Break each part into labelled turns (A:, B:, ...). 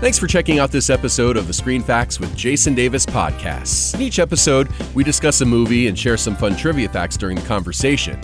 A: Thanks for checking out this episode of the Screen Facts with Jason Davis podcast. In each episode, we discuss a movie and share some fun trivia facts during the conversation.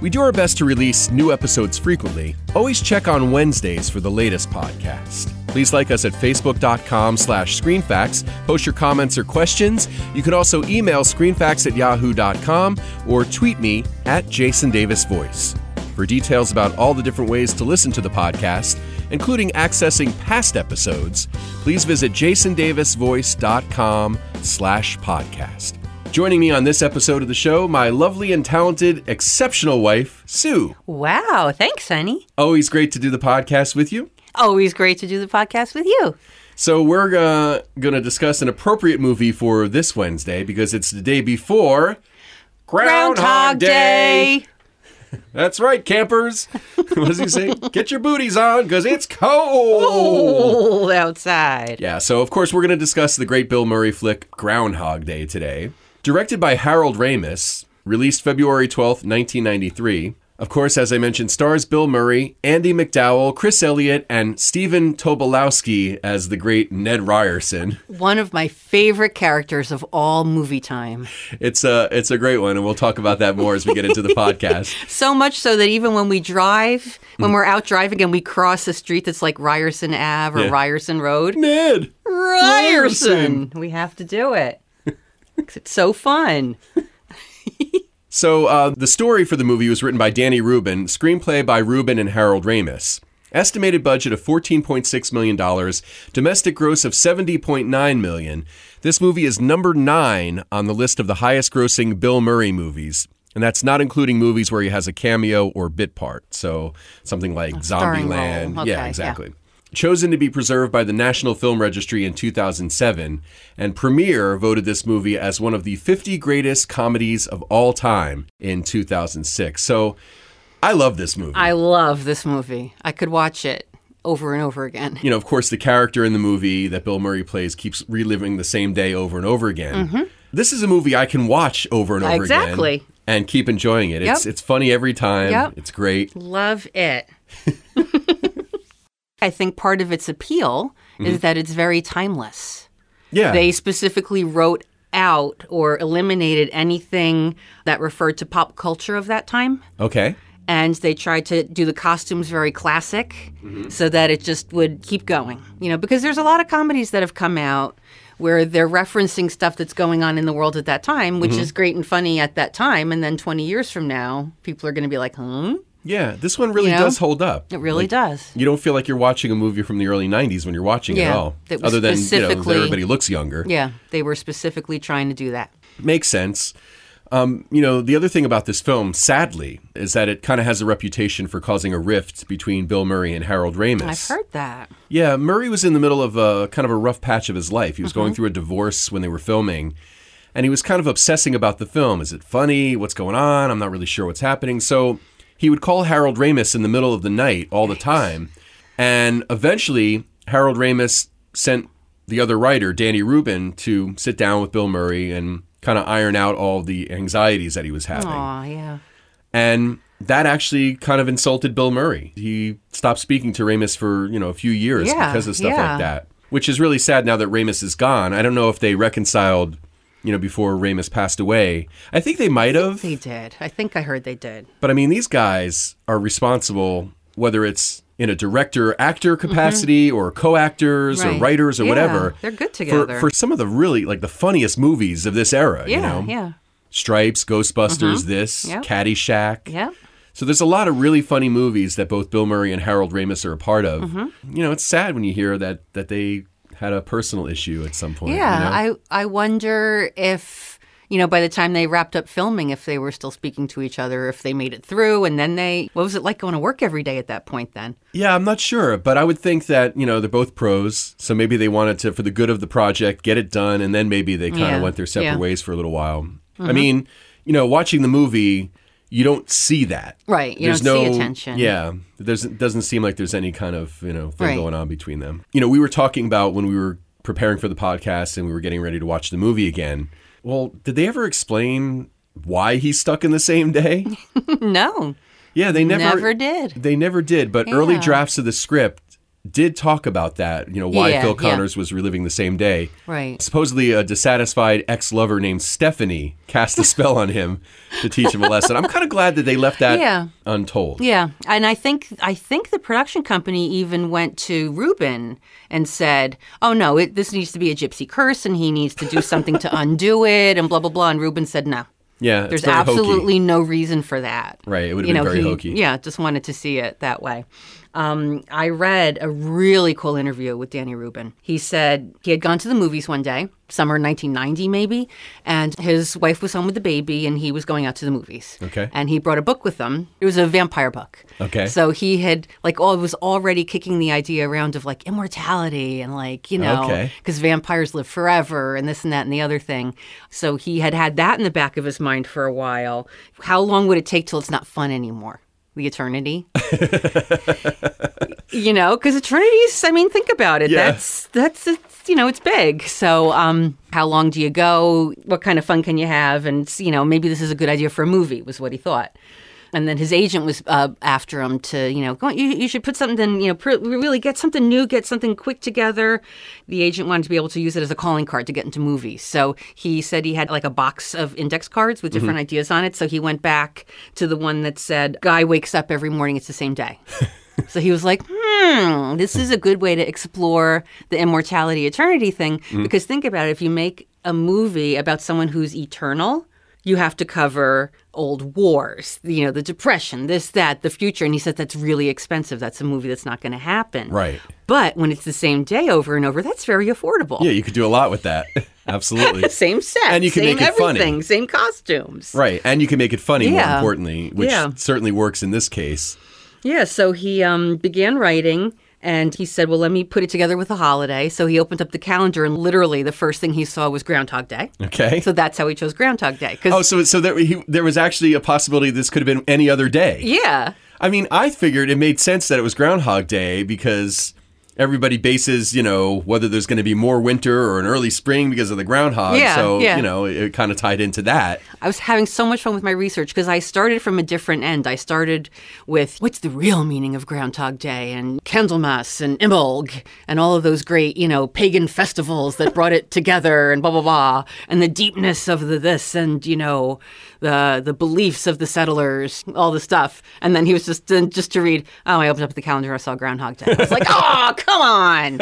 A: We do our best to release new episodes frequently. Always check on Wednesdays for the latest podcast. Please like us at facebook.com slash screenfacts. Post your comments or questions. You can also email screenfacts at yahoo.com or tweet me at Jason Davis Voice. For details about all the different ways to listen to the podcast, including accessing past episodes, please visit jasondavisvoice.com slash podcast. Joining me on this episode of the show, my lovely and talented, exceptional wife, Sue.
B: Wow. Thanks, honey.
A: Always great to do the podcast with you.
B: Always great to do the podcast with you.
A: So we're uh, going to discuss an appropriate movie for this Wednesday because it's the day before That's right, campers. what does he say? Get your booties on because it's
B: Oh.
A: cold.
B: Cold outside.
A: Yeah, so of course we're going to discuss the great Bill Murray flick Groundhog Day today, directed by Harold Ramis, released February 12th, 1993. Of course, as I mentioned, stars Bill Murray, Andy McDowell, Chris Elliott, and Stephen Tobolowsky as the great Ned Ryerson.
B: One of my favorite characters of all movie time.
A: It's a it's a great one, and we'll talk about that more as we get into the podcast.
B: So much so that even when we drive,
A: Mm.
B: when we're out driving and we cross a street that's like Ryerson Ave or
A: Yeah.
B: Ryerson Road,
A: Ned,
B: Ryerson! We have to do it. 'Cause it's so fun.
A: So uh, the story for the movie was written by Danny Rubin, screenplay by Rubin and Harold Ramis. Estimated budget of $14.6 million, domestic gross of $70.9 million. This movie is number nine on the list of the highest grossing Bill Murray movies. And that's not including movies where he has a cameo or bit part. So something like
B: starring role.
A: Zombieland.
B: Okay,
A: yeah,
B: yeah.
A: exactly. Chosen to be preserved by the National Film Registry in 2007, and Premiere voted this movie as one of the 50 greatest comedies of all time in 2006. So I love this movie.
B: I love this movie. I could watch it over and over again.
A: you know, of course, the character in the movie that Bill Murray plays keeps reliving the same day over and over again. This is a movie I can watch over and over again.
B: Mm-hmm. Exactly.
A: And keep enjoying it. It's
B: Yep.
A: it's funny every time.
B: Yep.
A: It's great.
B: Love it. I think part of its appeal is that it's very timeless.
A: Yeah.
B: They specifically wrote out or eliminated anything that referred to pop culture of that time.
A: okay.
B: And they tried to do the costumes very classic so that it just would keep going. You know, because there's a lot of comedies that have come out where they're referencing stuff that's going on in the world at that time, which is great and funny at that time. And then 20 years from now, people are going to be like, hmm?
A: Yeah. This one really
B: You know?
A: does hold up.
B: It really does.
A: You don't feel like you're watching a movie from the early 90s when you're watching it
B: Yeah,
A: all.
B: that was
A: Other than, you know, that
B: specifically-
A: everybody looks younger.
B: Yeah, they were specifically trying to do that.
A: Makes sense. Um, you know, the other thing about this film, sadly, is that it kind of has a reputation for causing a rift between Bill Murray and Harold Ramis.
B: I've heard that.
A: Yeah, Murray was in the middle of a kind of a rough patch of his life. He was going through a divorce when they were filming, and he was kind of obsessing about the film. Is it funny? What's going on? I'm not really sure what's happening. So he would call Harold Ramis in the middle of the night all the time, and eventually Harold Ramis sent the other writer, Danny Rubin, to sit down with Bill Murray and kind of iron out all the anxieties that he was having.
B: Oh, yeah.
A: And that actually kind of insulted Bill Murray. He stopped speaking to Ramus for, you know, a few years
B: Yeah,
A: because of stuff
B: yeah.
A: like that. Which is really sad now that Ramus is gone. I don't know if they reconciled, you know, before Ramus passed away. I think they might have.
B: They did. I think I heard they did.
A: But I mean, these guys are responsible, whether it's in a director actor capacity or co actors or
B: Mm-hmm. Right.
A: writers or
B: Yeah,
A: whatever.
B: they're good
A: for-
B: together.
A: For, some of the really, like, the funniest movies of this era,
B: Yeah,
A: you know?
B: yeah. Mm-hmm.
A: Stripes, Ghostbusters, this,
B: Yep.
A: Caddyshack.
B: Yeah.
A: So there's a lot of really funny movies that both Bill Murray and Harold Ramis are a part of.
B: Mm-hmm.
A: You know, it's sad when you hear that that they had a personal issue at some point. you know?
B: Yeah. I, I wonder if, you know, by the time they wrapped up filming, if they were still speaking to each other, if they made it through. And then they, what was it like going to work every day at that point then?
A: yeah, I'm not sure, but I would think that you know they're both pros, so maybe they wanted to, for the good of the project, get it done, and then maybe they kind of
B: Yeah,
A: went their separate
B: yeah. Mm-hmm.
A: ways for a little while. I mean, you know, watching the movie, you don't see that.
B: Right. You
A: there's
B: don't
A: no
B: see attention.
A: Yeah, there's doesn't seem like there's any kind of you know thing
B: Right.
A: going on between them. You know, we were talking about when we were preparing for the podcast and we were getting ready to watch the movie again. Well, did they ever explain why he's stuck in the same day?
B: no,
A: Yeah, they never
B: never did.
A: They never did. But early
B: Yeah.
A: drafts of the script did talk about that, you know, why
B: Yeah,
A: Phil
B: yeah.
A: Connors was reliving the same day.
B: Right.
A: Supposedly, a dissatisfied ex lover named Stephanie cast a spell on him to teach him a lesson. I'm kind of glad that they left that
B: Yeah.
A: untold.
B: Yeah, and I think I think the production company even went to Ruben and said, "Oh no, it, this needs to be a gypsy curse, and he needs to do something to undo it," and blah blah blah. And Ruben said, "No,
A: Yeah, it's
B: there's
A: very hokey.
B: absolutely no reason for that."
A: Right, it would've
B: You
A: been
B: know,
A: very
B: he-
A: hokey.
B: Yeah, just wanted to see it that way. Um, I read a really cool interview with Danny Rubin. He said he had gone to the movies one day, summer 1990 maybe, and his wife was home with the baby, and he was going out to the movies.
A: Okay.
B: And he brought a book with him. It was a vampire book.
A: Okay.
B: So he had like all was already kicking the idea around of like immortality and like you know
A: Okay.
B: because vampires live forever and this and that and the other thing. So he had had that in the back of his mind for a while. How long would it take till it's not fun anymore? The eternity, you know, because eternity's. I mean, think about it.
A: Yeah.
B: That's that's it's, you know, it's big. So, um, how long do you go? What kind of fun can you have? And you know, maybe this is a good idea for a movie. Was what he thought. And then his agent was uh, after him to, you know, go, you, you should put something, you know, pr- really get something new, get something quick together. The agent wanted to be able to use it as a calling card to get into movies. So he said he had like a box of index cards with different ideas on it. So he went back to the one that said, Guy wakes up every morning, it's the same day. So he was like, hmm, this is a good way to explore the immortality eternity thing.
A: Mm-hmm.
B: Because think about it if you make a movie about someone who's eternal, you have to cover old wars, you know, the depression, this, that, the future. And he said that's really expensive. That's a movie that's not going to happen.
A: Right.
B: But when it's the same day over and over, that's very affordable.
A: Yeah, you could do a lot with that. Absolutely.
B: Same set,
A: And you can
B: same
A: make it funny.
B: everything, same costumes.
A: Right, and you can make it funny. More
B: Yeah.
A: importantly, which
B: Yeah.
A: certainly works in this case.
B: Yeah, so he um, began writing and he said, Well, let me put it together with a holiday. So he opened up the calendar and literally the first thing he saw was Groundhog Day.
A: Okay.
B: So that's how he chose Groundhog Day.
A: oh,
B: Because,
A: so so there he, there was actually a possibility this could have been any other day.
B: yeah,
A: I mean, I figured it made sense that it was Groundhog Day because everybody bases, you know, whether there's going to be more winter or an early spring because of the groundhog.
B: Yeah,
A: so,
B: yeah.
A: you know, it, it kind of tied into that.
B: I was having so much fun with my research because I started from a different end. I started with what's the real meaning of Groundhog Day and Candlemas and Imbolg and all of those great, you know, pagan festivals that brought it together and blah blah blah and the deepness of the this and you know the the beliefs of the settlers, all the stuff. And then he was just then just to read. Oh, I opened up the calendar. I saw Groundhog Day. I was like, oh, come on.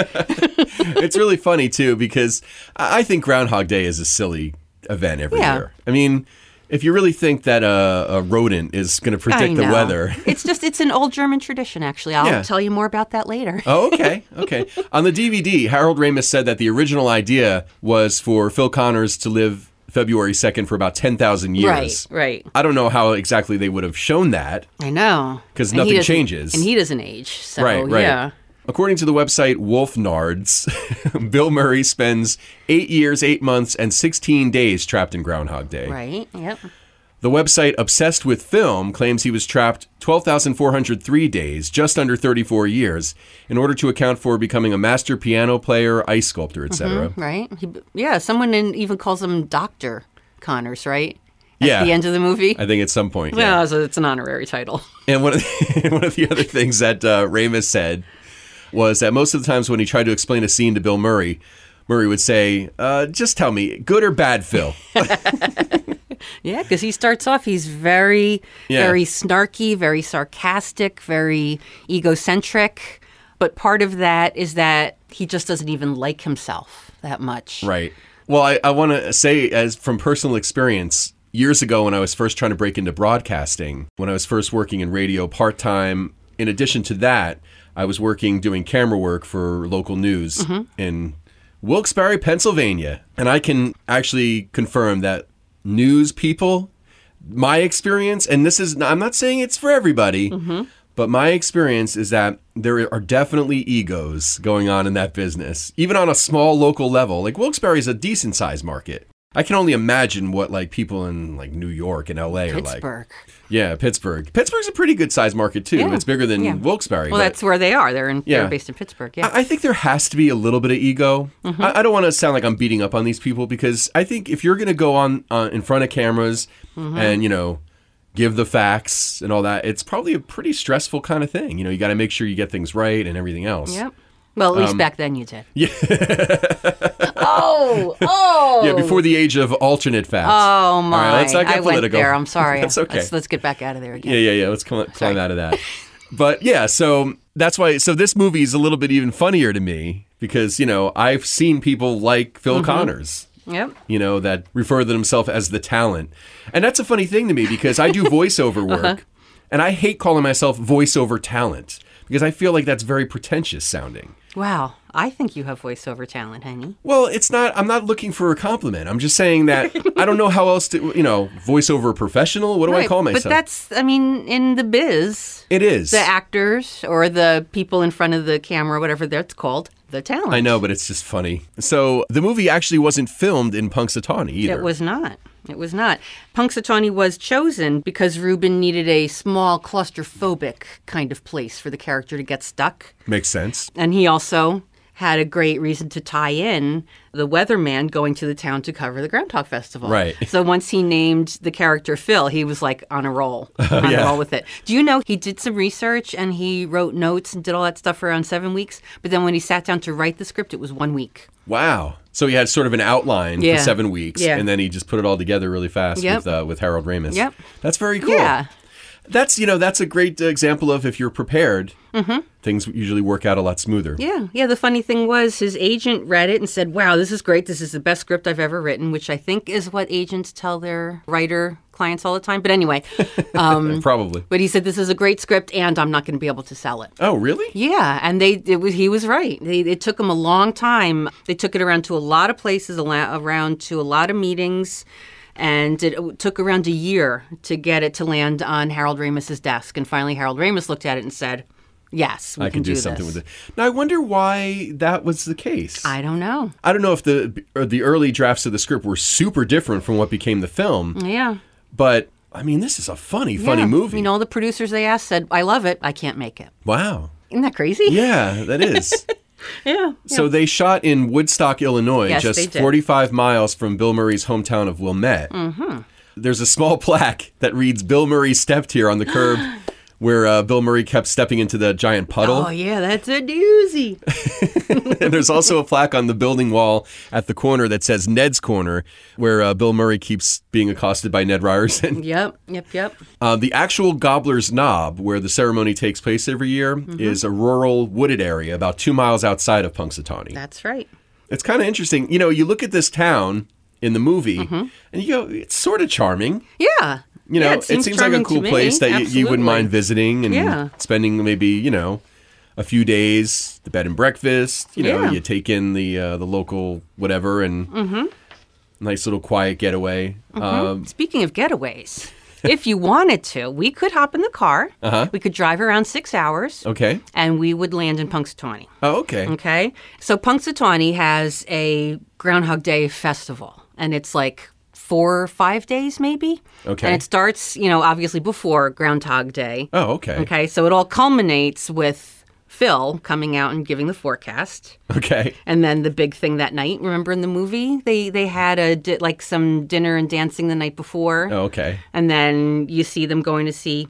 A: it's really funny too because I I think Groundhog Day is a silly event every
B: Yeah.
A: year. I mean, if you really think that a, a rodent is going to
B: I
A: predict the
B: know.
A: weather.
B: it's just it's an old German tradition. Actually, I'll
A: Yeah.
B: tell you more about that later.
A: Oh, okay. Okay. On the DVD, Harold Ramis said that the original idea was for Phil Connors to live February 2nd for about 10,000 years.
B: Right, right.
A: I don't know how exactly they would have shown that.
B: I know.
A: 'Cause
B: And he
A: nothing
B: doesn't-
A: changes.
B: And he doesn't age. So,
A: right, right.
B: Oh, yeah.
A: According to the website Wolf Nards, Bill Murray spends eight years, eight months, and 16 days trapped in Groundhog Day.
B: Right. Yep.
A: The website Obsessed with Film claims he was trapped 12,403 days, just under 34 years, in order to account for becoming a master piano player, ice sculptor, etc.
B: Right. He, yeah. Someone in, even calls him Doctor Connors. Right. At
A: Yeah.
B: The end of the movie.
A: I think at some point. Yeah.
B: yeah. So it's an honorary title.
A: And one of the, one of the other things that uh, Ramis said was that most of the times when he tried to explain a scene to Bill Murray, Murray would say, uh, "Just tell me, good or bad, Phil."
B: Yeah, because he starts off, he's very,
A: Yeah.
B: very snarky, very sarcastic, very egocentric. But part of that is that he just doesn't even like himself that much.
A: right. Well, I, I want to say, as from personal experience, years ago when I was first trying to break into broadcasting, when I was first working in radio part time, in addition to that, I was working doing camera work for local news in Wilkes-Barre, Pennsylvania, and I can actually confirm that news people my experience, and this is, I'm not saying it's for everybody,
B: Mm-hmm.
A: but my experience is that there are definitely egos going on in that business, even on a small local level. Like Wilkes-Barre is a decent sized market. I can only imagine what like people in like New York and LA are like.
B: Pittsburgh.
A: Yeah, Pittsburgh. Pittsburgh's a pretty good sized market too.
B: Yeah,
A: It's bigger than
B: yeah.
A: Wilkes-Barre.
B: Well,
A: but-
B: that's where they are. They're in.
A: Yeah.
B: They're based in Pittsburgh. Yeah.
A: I I think there has to be a little bit of ego.
B: Mm-hmm.
A: I, I don't want to sound like I'm beating up on these people because I think if you're going to go on uh, in front of cameras
B: Mm-hmm.
A: and you know give the facts and all that, it's probably a pretty stressful kind of thing. You know, you got to make sure you get things right and everything else.
B: Yep. Well, at least
A: Um,
B: back then you did.
C: Oh, oh.
A: Yeah, before the age of alternate facts.
B: Oh my!
A: All right, let's not get
B: I
A: political.
B: went there. I'm sorry.
A: That's okay.
B: Let's, let's get back out of there again.
A: yeah, yeah, yeah. Let's climb, climb out of that. But yeah, so that's why. So this movie is a little bit even funnier to me because you know I've seen people like Phil
B: Mm-hmm.
A: Connors.
B: Yep.
A: you know, that refer to themselves as the talent. And that's a funny thing to me because I do voiceover
B: Uh-huh.
A: work and I hate calling myself voiceover talent because I feel like that's very pretentious sounding.
B: Wow. I think you have voiceover talent, honey.
A: Well, it's not, I'm not looking for a compliment. I'm just saying that I don't know how else to, you know, voiceover professional. What do I call myself?
B: But that's, I mean, in the biz,
A: it is.
B: the actors or the people in front of the camera, whatever that's called, the talent.
A: I know, but it's just funny. So the movie actually wasn't filmed in Punxsutawney either.
B: It was not. It was not. Punxsutawney was chosen because Rubin needed a small, claustrophobic kind of place for the character to get stuck.
A: Makes sense.
B: And he also had a great reason to tie in the weatherman going to the town to cover the Groundhog Festival.
A: Right.
B: So once he named the character Phil, he was like on a roll,
A: Oh,
B: on a roll with it. Do you know he did some research and he wrote notes and did all that stuff for around seven weeks? But then when he sat down to write the script, it was one week.
A: Wow. So he had sort of an outline
B: Yeah.
A: for seven weeks,
B: Yeah.
A: and then he just put it all together really fast
B: Yep.
A: with uh, with Harold Ramis.
B: Yep.
A: That's very cool.
B: Yeah.
A: That's you know that's a great example of if you're prepared, things usually work out a lot smoother.
B: Mm-hmm. Yeah, yeah. The funny thing was, his agent read it and said, "Wow, this is great. This is the best script I've ever written," which I think is what agents tell their writer clients all the time. But anyway, um,
A: Probably.
B: but he said, "This is a great script, and I'm not going to be able to sell it."
A: Oh really?
B: Yeah, and they it was he was right. They, it took him a long time. They took it around to a lot of places, a la- around to a lot of meetings, and it took around a year to get it to land on Harold Ramis's desk. And finally, Harold Ramis looked at it and said, "Yes, we
A: I can do, something with it. Now I wonder why that was the case.
B: I don't know.
A: I don't know if the or the early drafts of the script were super different from what became the film,
B: Yeah.
A: but I mean this is a funny, funny
B: Mm. Yeah.
A: movie.
B: You know, all the producers they asked said, I love it. I can't make it.
A: wow.
B: Isn't that crazy?
A: Yeah, that is.
B: Yeah.
A: So they shot in Woodstock, Illinois,
B: Yes, they
A: just
B: did.
A: 45 miles from Bill Murray's hometown of Wilmette. Mm-hmm. There's a small plaque that reads "Bill Murray stepped here" on the curb, where uh, Bill Murray kept stepping into the giant puddle.
B: Oh, yeah, that's a doozy.
A: and there's also a plaque on the building wall at the corner that says "Ned's Corner," where uh, Bill Murray keeps being accosted by Ned Ryerson.
B: yep, yep, yep.
A: Uh, the actual Gobbler's Knob, where the ceremony takes place every year,
B: Mm-hmm.
A: is a rural wooded area about two miles outside of Punxsutawney.
B: That's right.
A: It's kind of interesting. You know, you look at this town in the movie and you go, it's sort of charming.
B: Yeah.
A: You know,
B: Mm-hmm. Yeah,
A: it seems, like a
B: charming
A: cool
B: to me.
A: place that y- you wouldn't
B: Absolutely.
A: mind visiting and
B: Yeah.
A: spending maybe, you know, a few days, the bed and breakfast. You know,
B: Yeah. Mm-hmm.
A: you take in the uh, the local whatever and nice little quiet getaway. Um,
B: Speaking of getaways, if you wanted to, we could hop in the car. Uh-huh. We could drive around six hours
A: okay.
B: and we would land in Punxsutawney.
A: Oh, okay.
B: Okay. So Punxsutawney has a Groundhog Day festival, and it's like four or five days, maybe.
A: Okay.
B: And it starts, you know, obviously before Groundhog Day.
A: Oh, okay. Okay.
B: Okay. So it all culminates with Phil coming out and giving the forecast. And then the big thing that night, remember in the movie, they they had a di- like some dinner and dancing the night before.
A: Oh, okay.
B: And then you see them going to see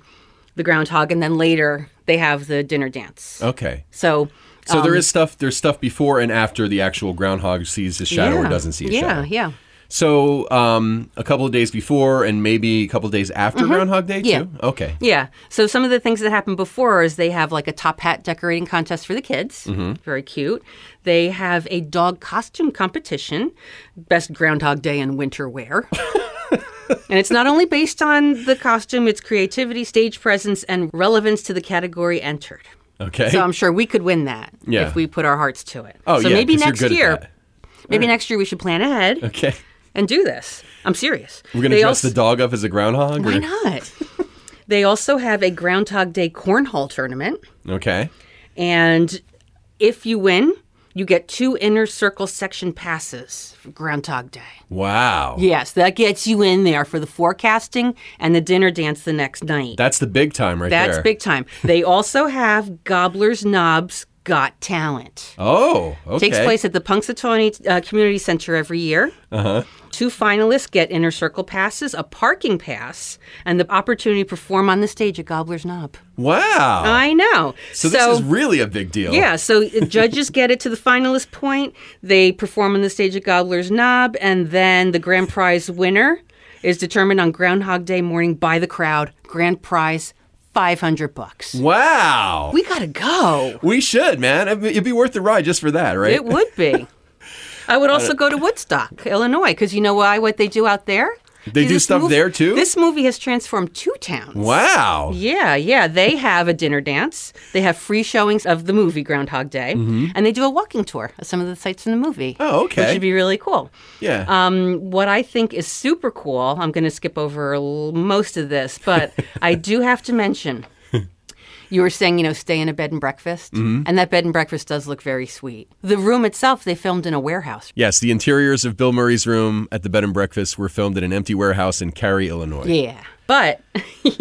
B: the groundhog and then later they have the dinner dance.
A: Okay.
B: So
A: So
B: Um,
A: there is stuff. There's stuff before and after the actual groundhog sees his shadow or
B: yeah.
A: doesn't see his shadow.
B: Yeah, yeah.
A: So, um, a couple of days before and maybe a couple of days after Groundhog Day,
B: Mm-hmm. Yeah.
A: too? Okay.
B: Yeah. So some of the things that happened before is they have like a top hat decorating contest for the kids.
A: Mm-hmm.
B: Very cute. They have a dog costume competition, best Groundhog Day and winter wear. and it's not only based on the costume, it's creativity, stage presence, and relevance to the category entered.
A: Okay.
B: So I'm sure we could win that
A: Yeah.
B: if we put our hearts to it.
A: oh,
B: so
A: yeah.
B: maybe
A: 'cause you're
B: next
A: good at
B: year,
A: that.
B: maybe next year we should plan ahead
A: Okay.
B: and do this. I'm serious.
A: We're going to
B: They
A: dress
B: also-
A: the dog up as a groundhog?
B: why
A: or-
B: not? they also have a Groundhog Day cornhole tournament.
A: Okay.
B: And if you win, you get two inner circle section passes for Groundhog Day.
A: Wow.
B: Yes, that gets you in there for the forecasting and the dinner dance the next night.
A: That's the big time right
B: That's
A: there.
B: big time. They also have Gobbler's Knobs Got Talent.
A: Oh, okay.
B: Takes place at the Punxsutawney uh, Community Center every year. Uh-huh. Two finalists get inner circle passes, a parking pass, and the opportunity to perform on the stage at Gobbler's Knob.
A: Wow.
B: I know.
A: so, this is really a big deal.
B: Uh, yeah, so judges get it to the finalist point. They perform on the stage at Gobbler's Knob, and then the grand prize winner is determined on Groundhog Day morning by the crowd. Grand prize, five hundred bucks.
A: Wow.
B: We gotta go.
A: We should, man. It'd be- It'd be worth the ride just for that, right?
B: It would be. I would also go to Woodstock, Illinois, because you know why? What they do out there?
A: They
B: See,
A: do
B: this
A: stuff
B: movie-
A: there, too?
B: This movie has transformed two towns.
A: wow.
B: Yeah, yeah. They have a dinner dance. They have free showings of the movie Groundhog Day, and they do a walking tour of some of the sites in the movie.
A: Mm-hmm. Oh, okay.
B: Which would be really cool.
A: Yeah.
B: Um, what I think is super cool, I'm going to skip over l- most of this, but I do have to mention. You were saying, you know, stay in a bed and breakfast. And that bed and breakfast does look very sweet. The room itself, they filmed in a warehouse.
A: yes, the interiors of Bill Murray's room at the bed and breakfast were filmed at an empty warehouse in Cary, Illinois.
B: Yeah. But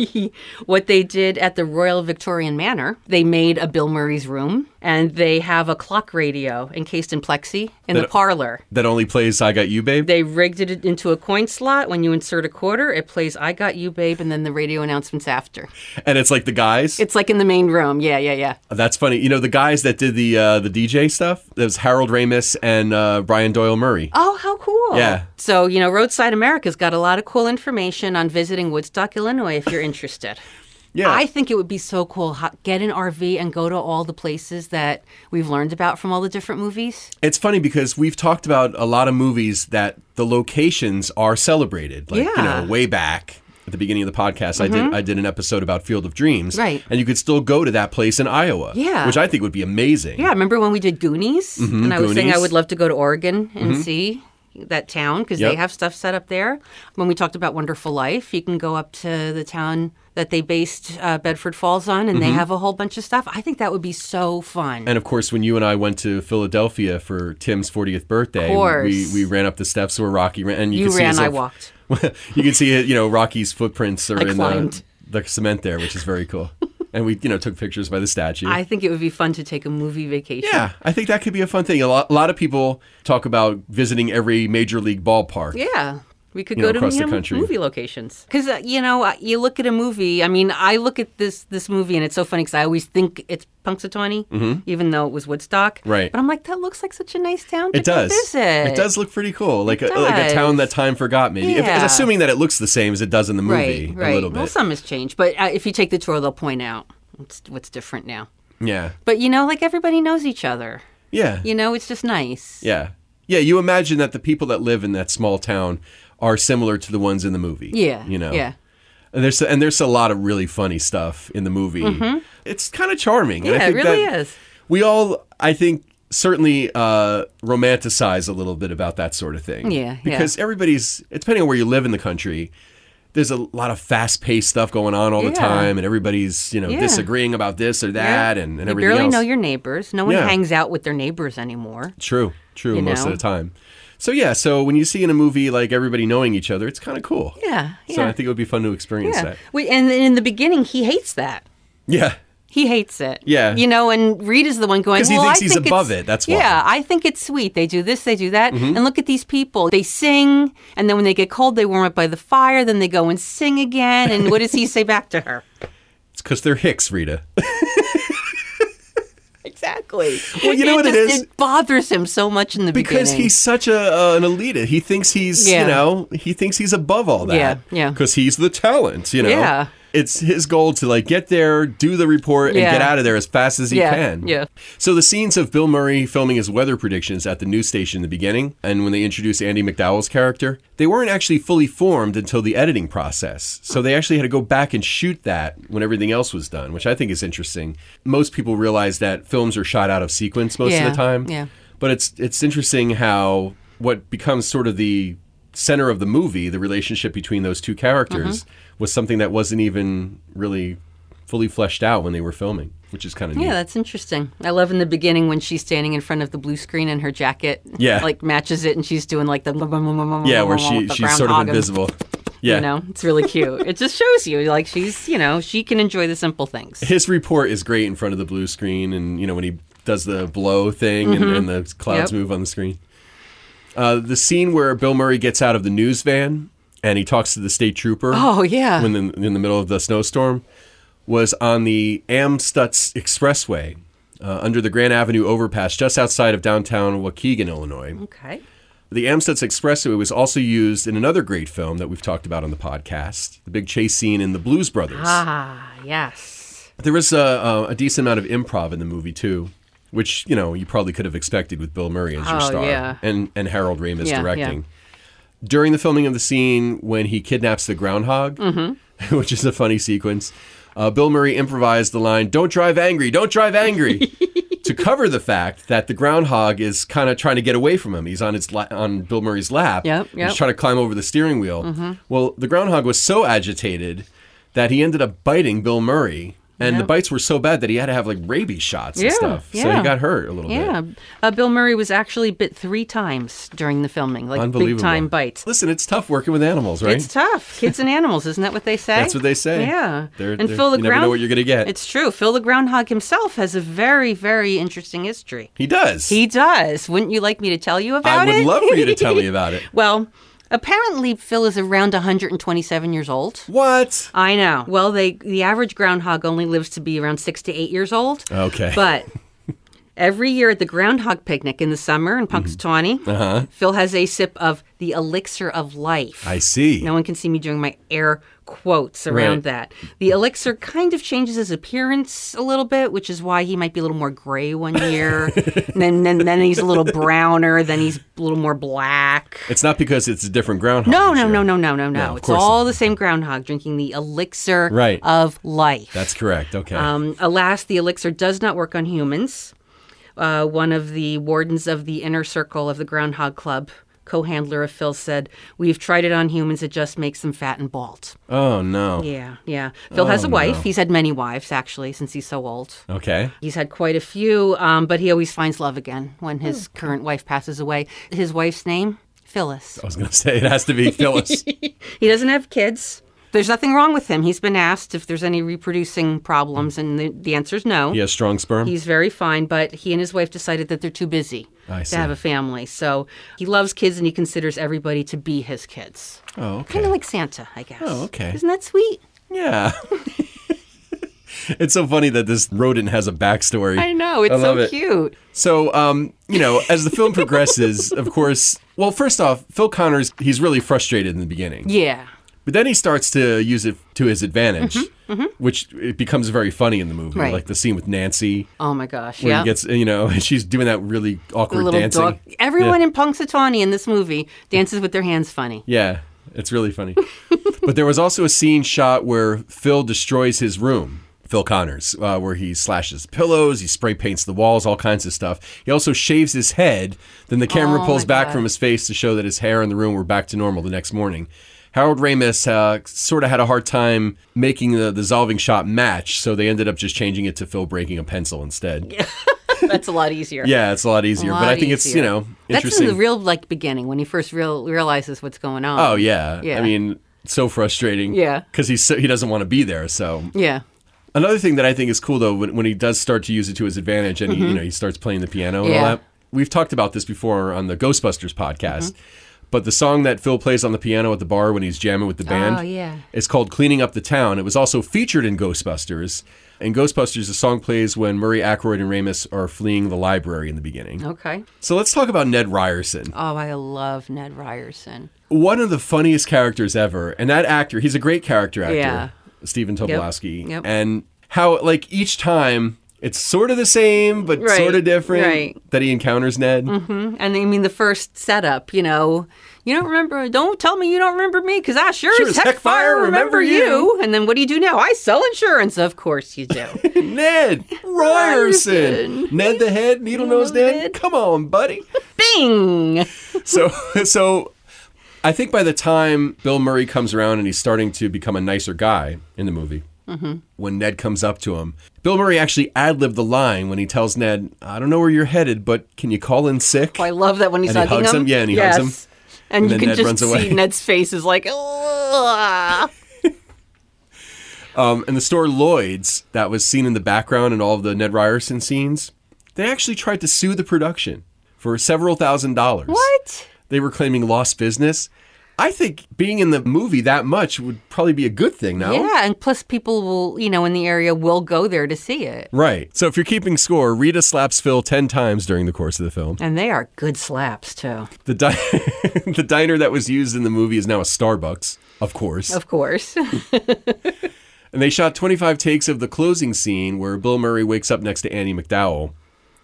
B: what they did at the Royal Victorian Manor, they made a Bill Murray's room and they have a clock radio encased in plexi in the
A: That-
B: parlor.
A: That only plays I Got You, Babe?
B: They rigged it into a coin slot. When you insert a quarter, it plays I Got You, Babe, and then the radio announcements after.
A: and it's like the guys.
B: It's like in the main room. Yeah, yeah, yeah.
A: That's funny. You know, the guys that did the uh, the DJ stuff, that was Harold Ramis and uh, Brian Doyle Murray.
B: Oh, how cool.
A: Yeah.
B: So, you know, Roadside America's got a lot of cool information on visiting Woodstock, Illinois, if you're interested.
A: yeah.
B: I think it would be so cool. ho- Get an RV and go to all the places that we've learned about from all the different movies.
A: It's funny because we've talked about a lot of movies that the locations are celebrated. Like,
B: Yeah. Mm-hmm.
A: you know, way back at the beginning of the podcast, I did I did an episode about Field of Dreams.
B: Right.
A: And you could still go to that place in Iowa.
B: Yeah.
A: Which I think would be amazing.
B: Yeah, remember when we did Goonies? and I was saying
A: Mm-hmm. Goonies.
B: I
A: Mm-hmm.
B: would love to go to Oregon and see that town because they
A: Yep.
B: have stuff set up there. When we talked about Wonderful Life, you can go up to the town that they based uh, Bedford Falls on and they
A: Mm-hmm.
B: have a whole bunch of stuff. I think that would be so fun.
A: And of course, when you and I went to Philadelphia for Tim's 40th birthday,
B: course.
A: we we ran up the steps where Rocky ran, and you,
B: you
A: could see
B: ran,
A: his
B: I
A: little-
B: walked.
A: you can see it, you know Rocky's footprints are
B: I
A: in
B: climbed.
A: the the cement there, which is very cool. and we you know took pictures by the statue.
B: I think it would be fun to take a movie vacation.
A: yeah, I think that could be a fun thing. A lot, a lot of people talk about visiting every major league ballpark.
B: Yeah. We could
A: You
B: go
A: know,
B: to
A: across the
B: you know,
A: country.
B: movie locations. Because, uh, you know, uh, you look at a movie. I mean, I look at this this movie, and it's so funny because I always think it's Punxsutawney, even though it was Woodstock.
A: Mm-hmm. Right.
B: But I'm like, that looks like such a nice town to
A: It does.
B: Go visit.
A: It does look pretty cool, like a, like
B: does.
A: a town that time forgot. Maybe, If-
B: Yeah.
A: assuming that it looks the same as it does in the movie
B: Right, right.
A: a little bit.
B: Well, some has changed. But uh, if you take the tour, they'll point out what's, what's different now.
A: yeah,
B: But, you know, like everybody knows each other.
A: yeah,
B: You know, it's just nice.
A: yeah, yeah. You imagine that the people that live in that small town are similar to the ones in the movie.
B: Yeah.
A: you know.
B: Yeah.
A: And there's and there's a lot of really funny stuff in the movie. It's kind of charming. and
B: Mm-hmm. Yeah,
A: I
B: it
A: think
B: really
A: is.
B: is.
A: We all, I think, certainly uh, romanticize a little bit about that sort of thing.
B: Yeah, yeah.
A: because everybody's depending on where you live in the country. There's a lot of fast-paced stuff going on all the
B: Yeah.
A: time, and everybody's you know
B: Yeah.
A: disagreeing about this or that and, and
B: you
A: everything
B: barely
A: else.
B: know your neighbors. No one
A: Yeah.
B: hangs out with their neighbors anymore.
A: true, true,
B: you
A: most
B: know?
A: of the time. So yeah, so when you see in a movie like everybody knowing each other, it's kind of cool.
B: Yeah.
A: So
B: yeah.
A: I think it would be fun to experience
B: Yeah.
A: that.
B: We, and in the beginning, he hates that.
A: Yeah.
B: He hates it.
A: Yeah.
B: You know, and Reed is the one going.
A: 'Cause he
B: well,
A: thinks
B: I
A: he's
B: think
A: above
B: it's-
A: it, that's why." Mm-hmm.
B: Yeah, I think it's sweet. They do this, they do that, and look at these people. They sing, and then when they get cold, they warm up by the fire. Then they go and sing again. And what does he say back to her?
A: It's because they're Hicks, Rita.
B: Exactly.
A: Well, you know what it
B: just-
A: is?
B: It bothers him so much in the
A: because
B: beginning.
A: he's such a uh, an elitist. He thinks he's
B: Yeah.
A: you know he thinks he's above all that.
B: Yeah, yeah.
A: Because he's the talent. You know.
B: Yeah.
A: It's his goal to like get there, do the report, and
B: Yeah.
A: get out of there as fast as he
B: Yeah,
A: can.
B: yeah.
A: So the scenes of Bill Murray filming his weather predictions at the news station in the beginning, and when they introduced Andy McDowell's character, they weren't actually fully formed until the editing process. So they actually had to go back and shoot that when everything else was done, which I think is interesting. Most people realize that films are shot out of sequence most
B: Yeah,
A: of the time.
B: yeah.
A: But it's it's interesting how what becomes sort of the center of the movie, the relationship between those two characters,
B: Mm-hmm.
A: was something that wasn't even really fully fleshed out when they were filming, which is kind of neat.
B: Yeah, that's interesting. I love in the beginning when she's standing in front of the blue screen and her jacket
A: Yeah.
B: like matches it and she's doing like the
A: yeah, where she
B: with the
A: she's sort
B: groundhog
A: of
B: and-
A: invisible. Yeah.
B: You know, it's really cute. it just shows you like she's, you know, she can enjoy the simple things.
A: His report is great in front of the blue screen and you know when he does the blow thing and, and the clouds
B: Mm-hmm. Yep.
A: move on the screen. Uh, the scene where Bill Murray gets out of the news van and he talks to the state trooper
B: Oh, yeah.
A: when in, in the middle of the snowstorm was on the Amstutz Expressway uh, under the Grand Avenue overpass just outside of downtown Waukegan, Illinois.
B: okay.
A: The Amstutz Expressway was also used in another great film that we've talked about on the podcast, the big chase scene in The Blues Brothers.
B: Ah, yes.
A: There was a, a, a decent amount of improv in the movie too, which you know you probably could have expected with Bill Murray as your
B: Oh,
A: star
B: yeah.
A: and and Harold Ramis
B: Yeah,
A: directing. During the filming of the scene when he kidnaps the groundhog,
B: Mm-hmm.
A: which is a funny sequence, uh, Bill Murray improvised the line "Don't drive angry, don't drive angry." To cover the fact that the groundhog is kind of trying to get away from him, he's on his la- on Bill Murray's lap.
B: Yep,
A: and he's
B: yep. Mm-hmm.
A: trying to climb over the steering wheel. Well, the groundhog was so agitated that he ended up biting Bill Murray, and the
B: Yeah.
A: bites were so bad that he had to have like rabies shots and
B: Yeah,
A: stuff. So he
B: yeah.
A: got hurt a little
B: Yeah.
A: bit.
B: Uh, Bill Murray was actually bit three times during the filming, like
A: Unbelievable.
B: big time bites.
A: Listen, it's tough working with animals, right?
B: It's tough. Kids and animals, isn't that what they say?
A: That's what they say.
B: Yeah.
A: They're- they're-
B: and Phil the
A: you never know
B: Ground-
A: what you're gonna get.
B: It's true. Phil the Groundhog himself has a very, very interesting history.
A: he does.
B: He does. Wouldn't you like me to tell you about
A: I
B: it?
A: would love for you to tell me about it.
B: Well, apparently Phil is around 127 years old.
A: What?
B: I know. Well, they the average groundhog only lives to be around six to eight years old.
A: Okay.
B: But every year at the groundhog picnic in the summer
A: Mm-hmm.
B: in Punxsutawney, Phil has a sip of the elixir of life.
A: Uh-huh. I see.
B: No one can see me doing my air quotes around
A: Right.
B: that. The elixir kind of changes his appearance a little bit, which is why he might be a little more gray one year, and then, then then he's a little browner, then he's a little more black.
A: It's not because it's a different groundhog.
B: No, no,
A: sure.
B: no, no, no, no, no.
A: of
B: it's
A: course
B: all the same groundhog drinking the elixir
A: Right.
B: of life.
A: That's correct. Okay.
B: um, alas, the elixir does not work on humans. Uh, one of the wardens of the inner circle of the Groundhog Club, co-handler of Phil, said, "We've tried it on humans. It just makes them fat and bald."
A: oh no.
B: Yeah, yeah. Phil has
A: Oh,
B: a wife.
A: no.
B: He's had many wives actually since he's so old.
A: Okay.
B: He's had quite a few, um, but he always finds love again when his current wife passes away. His wife's name, Phyllis.
A: I was gonna say it has to be Phyllis.
B: He doesn't have kids. There's nothing wrong with him. He's been asked if there's any reproducing problems, and the, the answer is no.
A: he has strong sperm.
B: He's very fine, but he and his wife decided that they're too busy
A: I see.
B: to have a family. So he loves kids and he considers everybody to be his kids.
A: oh, okay.
B: Kind of like Santa, I guess.
A: Oh, okay.
B: Isn't that sweet?
A: Yeah. it's so funny that this rodent has a backstory.
B: I know. It's so
A: love it.
B: cute.
A: So, um, you know, as the film progresses, of course, well, first off, Phil Connors, he's really frustrated in the beginning.
B: Yeah.
A: But then he starts to use it to his advantage, which it becomes very funny in the movie.
B: Mm-hmm, Right.
A: Like the scene with Nancy,
B: Oh my gosh.
A: where
B: Yeah.
A: he gets, you know, she's doing that really awkward dancing.
B: Everyone in Punxsutawney in this movie dances with their hands funny.
A: Yeah, it's really funny. but there was also a scene shot where Phil destroys his room. Phil Connors, uh, where he slashes pillows, he spray paints the walls, all kinds of stuff. He also shaves his head. Then the camera
B: Oh,
A: pulls
B: my
A: back
B: God.
A: from his face to show that his hair and the room were back to normal the next morning. Harold Ramis uh, sort of had a hard time making the, the dissolving shot match, so they ended up just changing it to Phil breaking a pencil instead. Yeah,
B: That's a lot easier.
A: it's a lot easier,
B: A
A: but I
B: lot
A: think it's you
B: easier.
A: know
B: That's
A: interesting.
B: in the real like beginning when he first real realizes what's going on.
A: Oh yeah. I
B: Yeah.
A: mean, so frustrating.
B: Yeah.
A: Because he's so, he doesn't want to be there. So
B: yeah,
A: another thing that I think is cool though, when, when he does start to use it to his advantage, and he, you know he starts playing the piano and all
B: Mm-hmm. Yeah.
A: that. We've talked about this before on the Ghostbusters podcast.
B: Mm-hmm.
A: But the song that Phil plays on the piano at the bar when he's jamming with the band
B: Oh, yeah.
A: is called Cleaning Up the Town. It was also featured in Ghostbusters. In Ghostbusters, the song plays when Murray Ackroyd and Ramus are fleeing the library in the beginning.
B: okay.
A: So let's talk about Ned Ryerson.
B: Oh, I love Ned Ryerson.
A: one of the funniest characters ever. And that actor, he's a great character actor,
B: Yeah.
A: Stephen Tobolowsky.
B: Yep.
A: And how, like, each time it's sort of the same, but
B: Right.
A: sort of different
B: Right. Mm-hmm.
A: that he encounters Ned.
B: And I mean, the first setup, you know, you don't remember, don't tell me you don't remember me, because I sure, as heck, fire remember you. And then what do you do now? I sell insurance. Of course you do.
A: Ned Ryerson. Ned the head, needle nose Ned.
B: Ned.
A: Come on, buddy.
B: Bing!
A: so, so. I think by the time Bill Murray comes around and he's starting to become a nicer guy in the movie,
B: Mm-hmm.
A: when Ned comes up to him. Bill Murray actually ad libbed the line when he tells Ned, I don't know where you're headed, but can you call in sick?
B: Oh, I love that when he's
A: And he
B: hugging
A: hugs
B: him.
A: him? Yeah, and he hugs
B: yes.
A: him.
B: And,
A: And then
B: you can
A: Ned
B: just
A: runs away.
B: see Ned's face is like, "Ugh."
A: Um, and the store Lloyd's that was seen in the background in all of the Ned Ryerson scenes They actually tried to sue the production for several thousand dollars.
B: What?
A: They were claiming lost business. I think being in the movie that much would probably be a good thing now.
B: Yeah, and plus people will, you know, in the area will go there to see it.
A: Right. So if you're keeping score, Rita slaps Phil 10 times during the course of the film.
B: And they are good slaps too.
A: The, di- the diner that was used in the movie is now a Starbucks, of course.
B: Of course.
A: And they shot 25 takes of the closing scene where Bill Murray wakes up next to Annie McDowell.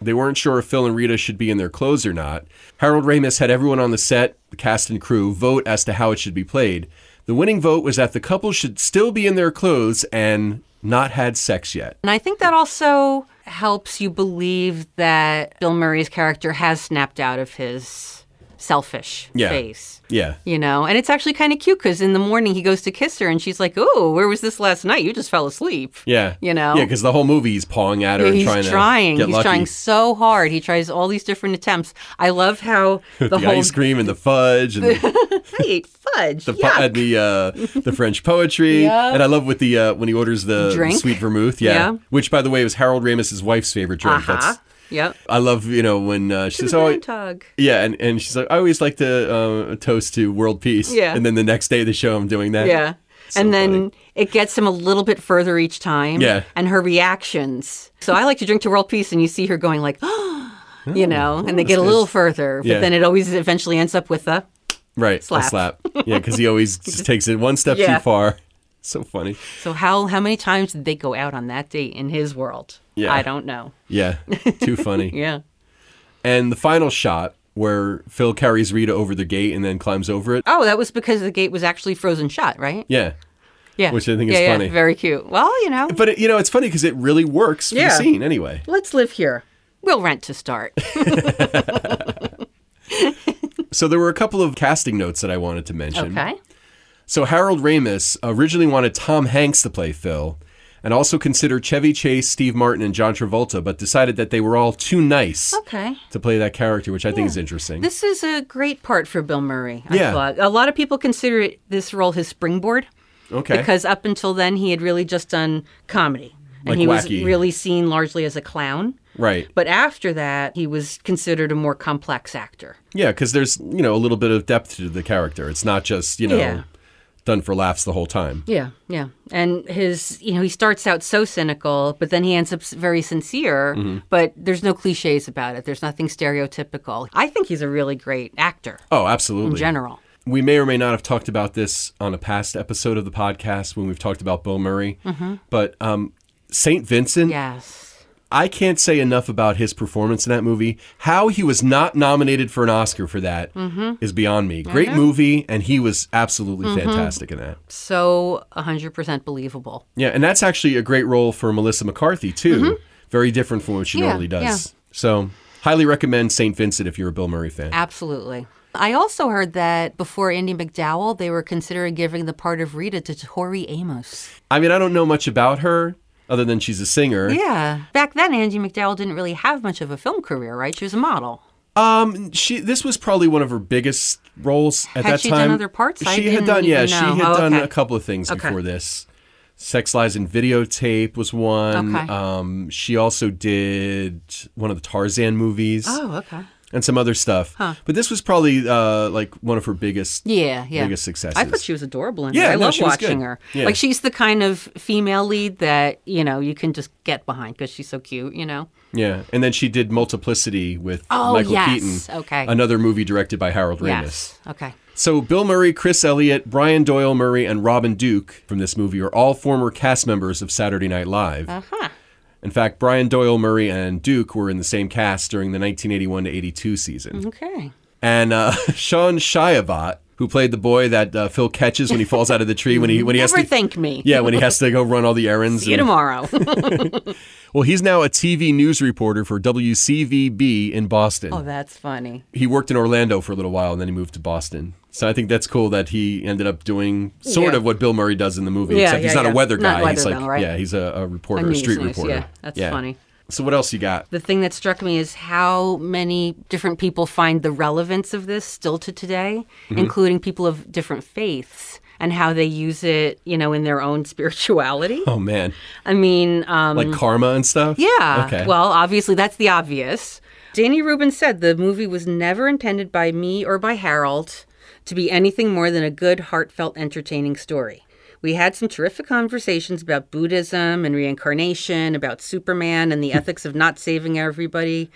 A: They weren't sure if Phil and Rita should be in their clothes or not. Harold Ramis had everyone on the set, the cast and crew, vote as to how it should be played. The winning vote was that the couple should still be in their clothes and not had sex yet.
B: And I think that also helps you believe that Bill Murray's character has snapped out of his selfish
A: Yeah.
B: face.
A: Yeah.
B: You know, and it's actually kind of cute because in the morning he goes to kiss her and she's like, Oh, where was this last night? You just fell asleep.
A: Yeah.
B: You know?
A: Yeah, because the whole movie he's pawing at her and
B: he's
A: trying, to get
B: he's
A: lucky.
B: trying so hard. He tries all these different attempts. I love how the,
A: the
B: whole
A: ice cream and the fudge and the
B: I ate fudge.
A: the, po- and the uh, the French poetry,
B: Yeah.
A: and I love with the uh, when he orders the
B: Drink.
A: sweet vermouth, yeah,
B: Yeah.
A: which by the way was Harold Ramis's wife's favorite drink.
B: uh-huh. Yep.
A: I love you know when uh, she
B: The
A: says, "Oh, I-
B: groundhog.
A: yeah," and, and she's like, "I always like to uh, toast to world peace."
B: Yeah.
A: and then the next day they show him doing that.
B: Yeah. and then it gets him a little bit further each time.
A: Yeah.
B: And her reactions. So I like to drink to world peace, and you see her going like, you know, and they get a little further, but
A: Oh, Yeah.
B: then it always eventually ends up with a.
A: right,
B: Slap.
A: a slap. yeah, because he always just takes it one step
B: Yeah.
A: too far. So funny.
B: So how how many times did they go out on that date in his world?
A: Yeah.
B: I don't know.
A: Yeah, too funny.
B: Yeah.
A: And the final shot where Phil carries Rita over the gate and then climbs over it.
B: Oh, that was because the gate was actually frozen shut, right?
A: Yeah,
B: Yeah.
A: Which I think is
B: Yeah, yeah,
A: funny.
B: Very cute. Well, you know,
A: but it, you know it's funny because it really works for
B: Yeah.
A: the scene anyway.
B: let's live here. We'll rent to start.
A: So there were a couple of casting notes that I wanted to mention.
B: Okay.
A: So Harold Ramis originally wanted Tom Hanks to play Phil and also considered Chevy Chase, Steve Martin, and John Travolta, but decided that they were all too nice
B: Okay.
A: to play that character, which I think is interesting.
B: This is a great part for Bill Murray. I
A: Yeah.
B: thought. A lot of people consider it, this role his springboard
A: okay.
B: because up until then he had really just done comedy. And
A: Like
B: he
A: wacky.
B: was really seen largely as a clown.
A: right.
B: But after that, he was considered a more complex actor.
A: Yeah, because there's, you know, a little bit of depth to the character. It's not just, you know,
B: Yeah.
A: done for laughs the whole time.
B: Yeah, yeah. And his, you know, he starts out so cynical, but then he ends up s- very sincere, but there's no cliches about it. There's nothing stereotypical. I think he's a really great actor
A: Oh,
B: in
A: absolutely.
B: general.
A: we may or may not have talked about this on a past episode of the podcast when we've talked about Bill Murray,
B: Mm-hmm.
A: but um, St. Vincent,
B: Yes.
A: I can't say enough about his performance in that movie. How he was not nominated for an Oscar for that is
B: Mm-hmm.
A: beyond me. Great movie, and he was absolutely fantastic in that.
B: So 100% believable.
A: Yeah, and that's actually a great role for Melissa McCarthy, too. Very different from what she
B: Mm-hmm. Yeah,
A: normally does.
B: yeah.
A: So, highly recommend St. Vincent if you're a Bill Murray fan.
B: Absolutely. I also heard that before Andy McDowell, they were considering giving the part of Rita to Tori Amos.
A: I mean, I don't know much about her other than she's a singer.
B: Yeah. Back then, Andy McDowell didn't really have much of a film career, right? She was a model.
A: Um, she this was probably one of her biggest roles at
B: Had
A: that
B: she
A: time.
B: done other parts? I
A: She had
B: didn't
A: done, yeah,
B: even
A: she
B: know.
A: had
B: Oh,
A: done
B: okay.
A: a couple of things
B: Okay.
A: before this. Sex Lies and Videotape was one.
B: Okay.
A: Um, she also did one of the Tarzan movies
B: Oh, okay.
A: and some other stuff. But this was probably uh, like one of her biggest.
B: Yeah, yeah.
A: biggest successes.
B: I thought she was adorable in it.
A: Yeah,
B: I
A: no,
B: love
A: she was
B: watching
A: good.
B: her.
A: Yeah.
B: Like she's the kind of female lead that, you know, you can just get behind because she's so cute, you know.
A: Yeah, and then she did Multiplicity with
B: Oh,
A: Michael
B: yes.
A: Keaton.
B: Okay.
A: another movie directed by Harold Ramis.
B: Yes. Okay.
A: So Bill Murray, Chris Elliott, Brian Doyle Murray, and Robin Duke from this movie are all former cast members of Saturday Night Live.
B: Uh-huh.
A: In fact, Brian Doyle Murray and Duke were in the same cast during the 1981 to 82 season.
B: Okay.
A: And uh, Sean Shiavat, who played the boy that uh, Phil catches when he falls out of the tree when he when he has
B: Never
A: to
B: thank me.
A: yeah when he has to go run all the errands.
B: See you
A: and-
B: tomorrow.
A: well, he's now a TV news reporter for WCVB in Boston.
B: oh, that's funny.
A: he worked in Orlando for a little while and then he moved to Boston. So I think that's cool that he ended up doing sort
B: Yeah.
A: of what Bill Murray does in the movie,
B: Yeah,
A: except he's
B: yeah,
A: not a
B: yeah.
A: weather guy.
B: Not weather
A: he's like,
B: guy, right?
A: yeah, he's a, a reporter,
B: I mean,
A: a
B: it's
A: street
B: nice.
A: reporter.
B: Yeah, that's funny.
A: So what else you got?
B: The thing that struck me is how many different
A: Mm-hmm.
B: people find the relevance of this still to today, including people of different faiths. and how they use it, you know, in their own spirituality.
A: Oh man,
B: I mean, um,
A: like karma and stuff.
B: yeah.
A: Okay.
B: Well, obviously, that's the obvious. Danny Rubin said the movie was never intended by me or by Harold to be anything more than a good, heartfelt, entertaining story. We had some terrific conversations about Buddhism and reincarnation, about Superman and the ethics of not saving everybody,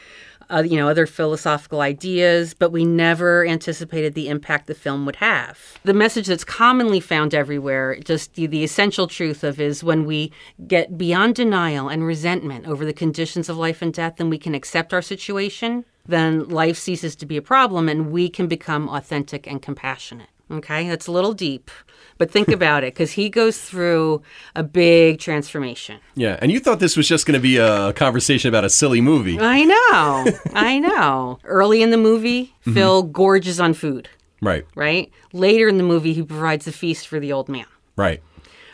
B: uh, you know, other philosophical ideas, but we never anticipated the impact the film would have. The message that's commonly found everywhere, just the, the essential truth of is when we get beyond denial and resentment over the conditions of life and death and we can accept our situation, then life ceases to be a problem and we can become authentic and compassionate. Okay, that's a little deep, but think about it because he goes through a big transformation.
A: Yeah, and you thought this was just going to be a conversation about a silly movie,
B: I know. I know. Early in the movie, Phil gorges on food,
A: right?
B: right? Later in the movie, he provides a feast for the old man.
A: Right.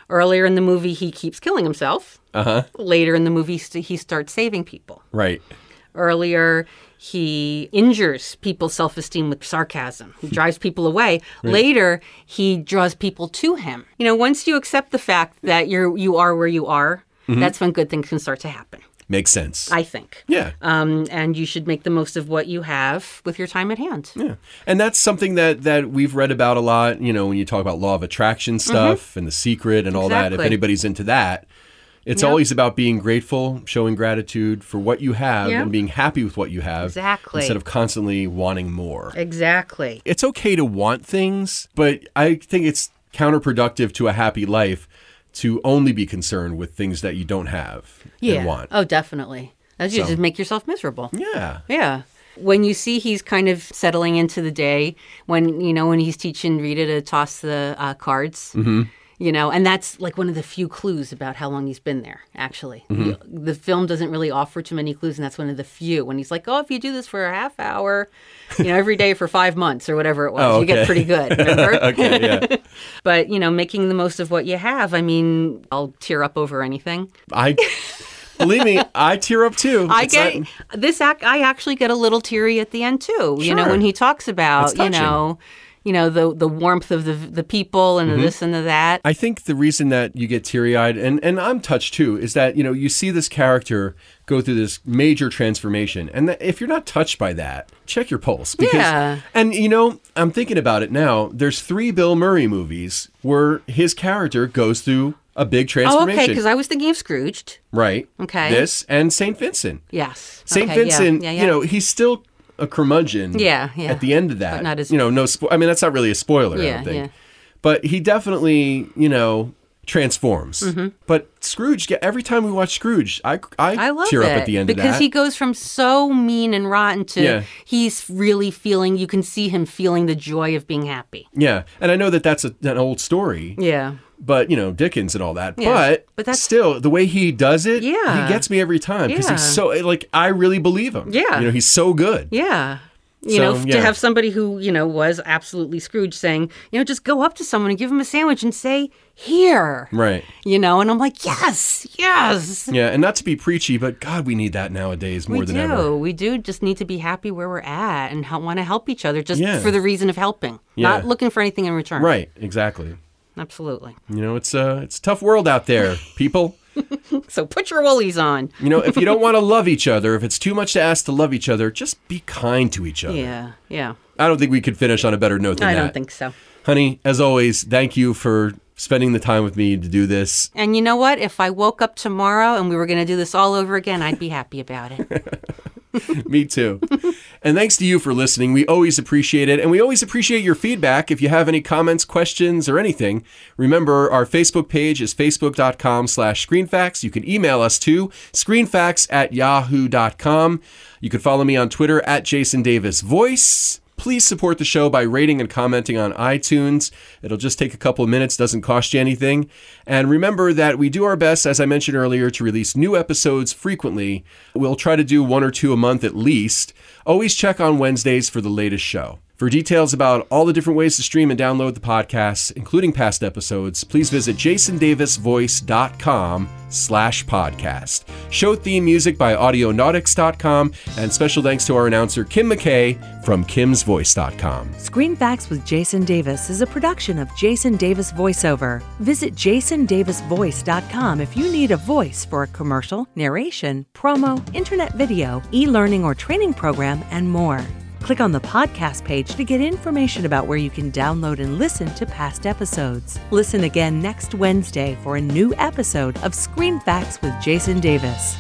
B: Earlier in the movie, he keeps killing himself.
A: Uh huh.
B: Later in the movie, st- he starts saving people.
A: Right.
B: Earlier, he injures people's self esteem with sarcasm. He drives people away. Later, he draws people to him. You know, once you accept the fact that you're, you are where you are, that's when good things can start to happen,
A: Makes sense.
B: I think.
A: yeah.
B: um, and you should make the most of what you have with your time at hand.
A: Yeah. And that's something that that we've read about a lot, you know, when you talk about law of attraction stuff and the secret and all that. If
B: Mm-hmm. Exactly.
A: anybody's into that, it's always about being grateful, showing gratitude for what you have
B: Yeah.
A: and being happy with what you have
B: Exactly.
A: instead of constantly wanting more.
B: Exactly.
A: It's okay to want things, but I think it's counterproductive to a happy life to only be concerned with things that you don't have
B: Yeah.
A: and want.
B: Oh, definitely. That's you just make yourself miserable.
A: Yeah.
B: Yeah. When you see he's kind of settling into the day, when you know when he's teaching Rita to toss the uh, cards,
A: Mm-hmm.
B: you know, and that's like one of the few clues about how long he's been there. Actually,
A: Mm-hmm.
B: the, the film doesn't really offer too many clues, and that's one of the few. When he's like, "Oh, if you do this for a half hour, you know, every day for five months or whatever it was,
A: Oh,
B: you get
A: okay.
B: pretty good." Remember?
A: Okay, yeah.
B: But you know, making the most of what you have. I mean, I'll tear up over anything.
A: I believe me, I tear up too.
B: I
A: It's
B: get
A: not-
B: this act. I actually get a little teary at the end too. You know,
A: Sure.
B: when he talks
A: It's
B: about you
A: touching.
B: know, you know the the warmth of the the people and
A: Mm-hmm.
B: the this and the that.
A: I think the reason that you get teary eyed and, and I'm touched too is that, you know, you see this character go through this major transformation. And that if you're not touched by that, check your pulse. Because,
B: Yeah.
A: And, you know, I'm thinking about it now. There's three Bill Murray movies where his character goes through a big
B: oh, okay,
A: transformation.
B: because I was thinking of Scrooged.
A: right.
B: Okay.
A: This and St. Vincent.
B: Yes,
A: St.
B: Okay, yeah,
A: Vincent,
B: yeah,
A: you
B: yeah.
A: know, he's still a curmudgeon
B: Yeah, yeah.
A: at the end of that.
B: not as-
A: you know, no spo- I mean, that's not really a spoiler, I
B: Yeah,
A: don't think.
B: yeah.
A: But he definitely, you know, transforms.
B: Mm-hmm.
A: But Scrooge, ge- every time we watch Scrooge, I, I,
B: I love
A: tear
B: it
A: up at the end
B: because
A: of that.
B: he goes from so mean and rotten to
A: Yeah.
B: he's really feeling. You can see him feeling the joy of being happy.
A: yeah. And I know that that's a, an old story,
B: Yeah.
A: but, you know, Dickens and all that.
B: Yeah,
A: But,
B: but that's-
A: still, the way he does it,
B: Yeah.
A: he gets me every time because
B: Yeah.
A: he's so, eh, like, I really believe him.
B: Yeah.
A: You know, he's so good.
B: Yeah. You
A: So,
B: know, f-
A: yeah.
B: to have somebody who, you know, was absolutely Scrooge saying, you know, just go up to someone and give them a sandwich and say, here.
A: Right.
B: You know, and I'm like, yes, yes.
A: Yeah. And not to be preachy, but God, we need that nowadays more
B: we
A: than
B: do.
A: ever.
B: We do just need to be happy where we're at and want to help each other just
A: Yeah.
B: for the reason of helping,
A: Yeah.
B: not looking for anything in return.
A: Right, exactly.
B: Absolutely.
A: You know, it's a it's a tough world out there, people.
B: So put your woolies on.
A: You know, if you don't want to love each other, if it's too much to ask to love each other, just be kind to each other.
B: Yeah. Yeah.
A: I don't think we could finish on a better note than
B: I
A: that.
B: don't think so.
A: Honey, as always, thank you for spending the time with me to do this.
B: And you know what? If I woke up tomorrow and we were going to do this all over again, I'd be happy about it.
A: Me too. and thanks to you for listening. We always appreciate it. And we always appreciate your feedback. If you have any comments, questions, or anything, remember our Facebook page is facebook.com slash screenfacts. You can email us to screenfacts at yahoo.com. You can follow me on Twitter at Jason Davis Voice. Please support the show by rating and commenting on iTunes. It'll just take a couple of minutes, doesn't cost you anything. And remember that we do our best, as I mentioned earlier, to release new episodes frequently. We'll try to do one or two a month at least. Always check on Wednesdays for the latest show. For details about all the different ways to stream and download the podcast, including past episodes, please visit jasondavisvoice.com slash podcast. Show theme music by audionautics.com and special thanks to our announcer Kim McKay from kimsvoice.com.
B: Screen Facts with Jason Davis is a production of Jason Davis VoiceOver. Visit jasondavisvoice.com if you need a voice for a commercial, narration, promo, internet video, e learning or training program, and more. Click on the podcast page to get information about where you can download and listen to past episodes. Listen again next Wednesday for a new episode of Screen Facts with Jason Davis.